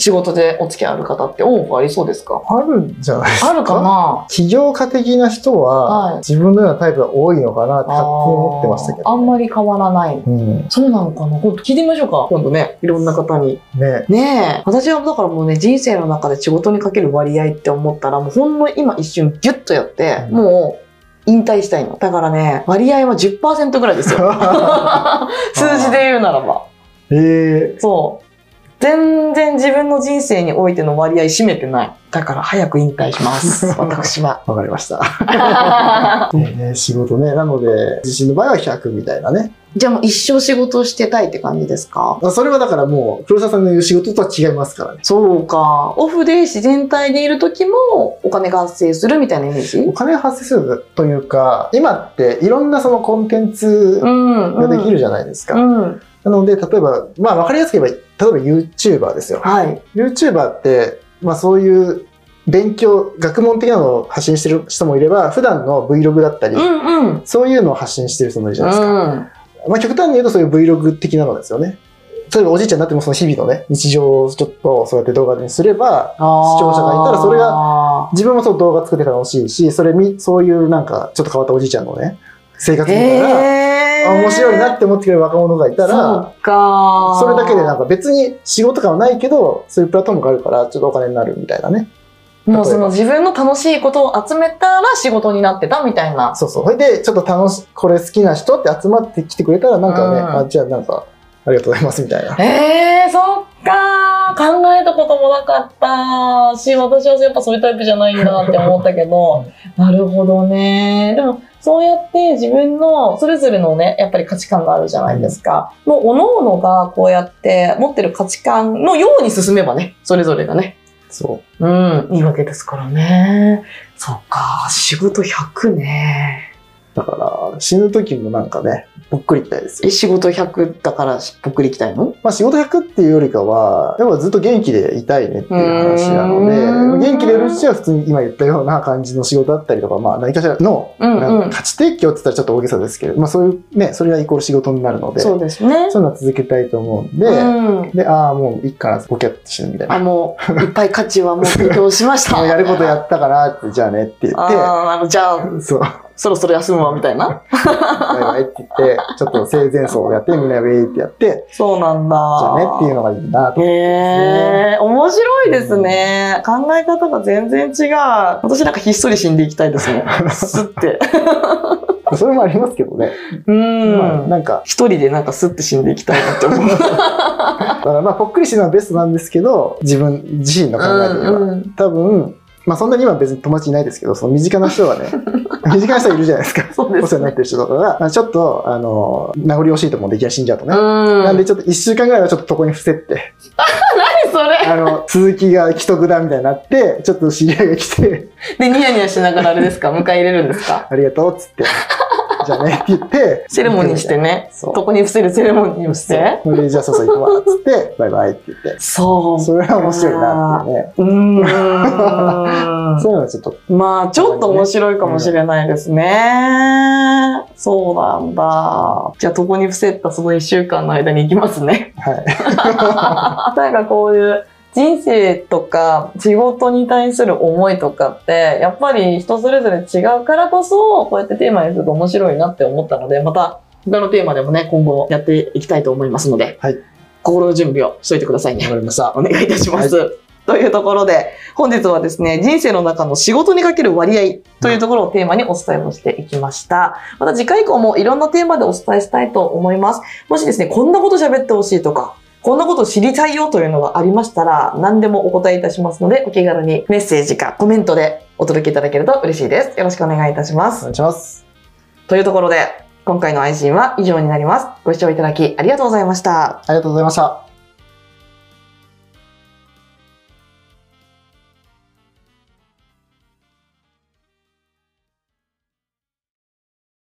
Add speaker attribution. Speaker 1: 仕事でお付き合いある方って多くありそうですか
Speaker 2: あるんじゃないですか
Speaker 1: あるかな
Speaker 2: 起業家的な人は、
Speaker 1: はい
Speaker 2: 自分のようなタイプが多いのかなって勝手に思ってましたけ
Speaker 1: あーあ
Speaker 2: ど
Speaker 1: ん
Speaker 2: ね、
Speaker 1: まり変わらない。
Speaker 2: うん
Speaker 1: そうなのかな今度聞いてみましょうか。今度ね、いろんな方に。
Speaker 2: ね
Speaker 1: ねえ。私はだからもうね、人生の中で仕事にかける割合って思ったら、もうほんの今一瞬ギュッとやって、
Speaker 2: うん
Speaker 1: もう引退したいの。だからね、割合は10%ぐらい ですよ。 数字で言うならば。
Speaker 2: えー、
Speaker 1: そう。全然自分の人生においての割合占めてない。だから早く引退し ます。私は。
Speaker 2: わかりました。 ね仕事ね。なので、自身の場合は100みたいなね。
Speaker 1: じゃあもう一生仕事をしてたいって感じですか
Speaker 2: まあそれはだからもう、黒沢さんの言う仕事とは違いますからね。
Speaker 1: そうか。オフで自然体でいる時もお金が発生するみたいなイメージ
Speaker 2: お金が発生するというか、今っていろんなそのコンテンツ
Speaker 1: ん
Speaker 2: ができるじゃないですか。
Speaker 1: うん。
Speaker 2: なので、例えば、まあわかりやすく言えば、例えば YouTuber ですよ。
Speaker 1: はい。
Speaker 2: YouTuber って、まあそういう勉強、学問的なのを発信してる人もいれば、普段の Vlog だったり、
Speaker 1: うんうん。
Speaker 2: そういうのを発信してる人もいるじゃないですか。
Speaker 1: うん
Speaker 2: まあ極端に言うとそういう Vlog 的なのですよね。例えばおじいちゃんになってもその日々のね、日常をちょっとそうやって動画にすれば、視聴者がいたらそれが
Speaker 1: が。
Speaker 2: 自分もそう動画作って楽しいし、それみ、そういうなんかちょっと変わったおじいちゃんのね、生活見たら、
Speaker 1: へー
Speaker 2: あ面白いなって思ってくれる若者がいたら、
Speaker 1: そうか。
Speaker 2: それだけでなんか別に仕事感はないけど、そういうプラットフォームがあるから、ちょっとお金になるみたいなね。
Speaker 1: もうその自分の楽しいことを集めたら仕事になってたみたいな。
Speaker 2: そうそう。それで、ちょっと楽し、これ好きな人って集まってきてくれたら、なんかね、
Speaker 1: うん
Speaker 2: あ、じゃあなんか、ありがとうございますみたいな。
Speaker 1: えー、そっかー考えたこともなかったし私はやっぱそういうタイプじゃないんだなって思ったけどなるほどねでもそうやって自分のそれぞれのねやっぱり価値観があるじゃないですか、もう各々がこうやって持ってる価値観のように進めばねそれぞれがね
Speaker 2: そう。
Speaker 1: うんいいわけですからねそっか仕事100ね
Speaker 2: だから、死ぬ時もなんかね、ぽっくりきたいですよ。
Speaker 1: え仕事100だからぽっくり行きたいの
Speaker 2: まあ仕事100っていうよりかは、やっぱずっと元気でいたいねっていう話な
Speaker 1: うーん
Speaker 2: ので、元気でいるうちは普通に今言ったような感じの仕事だったりとか、まあ何かしらの、
Speaker 1: うんうん
Speaker 2: なんか価値提供って言ったらちょっと大げさですけど、まあそういうね、それがイコール仕事になるので、そう
Speaker 1: そうですね
Speaker 2: いうのは続けたいと思うんで、
Speaker 1: うん
Speaker 2: で、ああ、もういいかな、ボキャッとしてるみたい
Speaker 1: あ
Speaker 2: な。
Speaker 1: もう、いっぱい価値は もう提供しました。
Speaker 2: もうやることやったからって、じゃあねって言
Speaker 1: あ
Speaker 2: っ
Speaker 1: ーあの、じゃあ、
Speaker 2: て、そう、バ
Speaker 1: そろそろ休むわ、みたいな。
Speaker 2: イバイって言って、ちょっと生前葬をやって、みんなウェイってやって、
Speaker 1: そうなん
Speaker 2: じゃ
Speaker 1: だ。
Speaker 2: あねっていうのがいいなと。
Speaker 1: へえ、面白いですね。考え方が全然違う。私なんかひっそり死んでいきたいですね。スッ て。
Speaker 2: それもありますけどね。
Speaker 1: う
Speaker 2: まあ
Speaker 1: ん。
Speaker 2: なんか、
Speaker 1: 一人でなんかスッて死んでいきたいなって思う。
Speaker 2: だからまあぽっくりしてるのはベストなんですけど自分自身の考えで言えば、
Speaker 1: うん
Speaker 2: 多分まあそんなに今別に友達いないですけどその身近な人はね身近な人いるじゃないですか
Speaker 1: そう
Speaker 2: お
Speaker 1: で
Speaker 2: 世話
Speaker 1: す
Speaker 2: になっ
Speaker 1: ね。
Speaker 2: てる人とかがまあちょっとあの名残惜しいと思う出来が死んじゃうと
Speaker 1: う
Speaker 2: ね、
Speaker 1: ん。
Speaker 2: なんでちょっと1週間ぐらいはちょっと床に伏せって、
Speaker 1: 何それ
Speaker 2: あの、続きが既得だみたいになって、ちょっと知り合いが来て、
Speaker 1: で、ニヤニヤしながらあれ ですか迎え入れるんですか
Speaker 2: ありがとうっつって、 じゃあねって言って、
Speaker 1: セレモニーしてね。
Speaker 2: そう
Speaker 1: 床に伏せるセレモニーをして。
Speaker 2: それでじゃあそうそう行くわっつって、バイバイって言って。
Speaker 1: そう。
Speaker 2: それは面白いなっていうね。
Speaker 1: うーん
Speaker 2: そういうのはちょっと
Speaker 1: まあ、ちょっと面白いかもしれないですね。そうなんだ。じゃあ、床に伏せったその一週間の間に行きますね。
Speaker 2: はい。
Speaker 1: なんかこういう人生とか仕事に対する思いとかって、やっぱり人それぞれ違うからこそ、こうやってテーマにすると面白いなって思ったので、また他のテーマでもね、今後やっていきたいと思いますので、
Speaker 2: はい
Speaker 1: 心の準備をしといてくださいね
Speaker 2: わ。かりました。
Speaker 1: お願いいたします。というところで、本日はですね、人生の中の仕事にかける割合というところをテーマにお伝えをしていきました。また次回以降もいろんなテーマでお伝えしたいと思います。もしですね、こんなこと喋ってほしいとか、こんなこと知りたいよというのがありましたら、何でもお答えいたしますので、お気軽にメッセージかコメントでお届けいただけると嬉しいです。よろしくお願いいたしま
Speaker 2: お
Speaker 1: す。
Speaker 2: 願いします。
Speaker 1: というところで、今回の配信は以上になります。ご視聴いただきありがとうございました。
Speaker 2: ありがとうございました。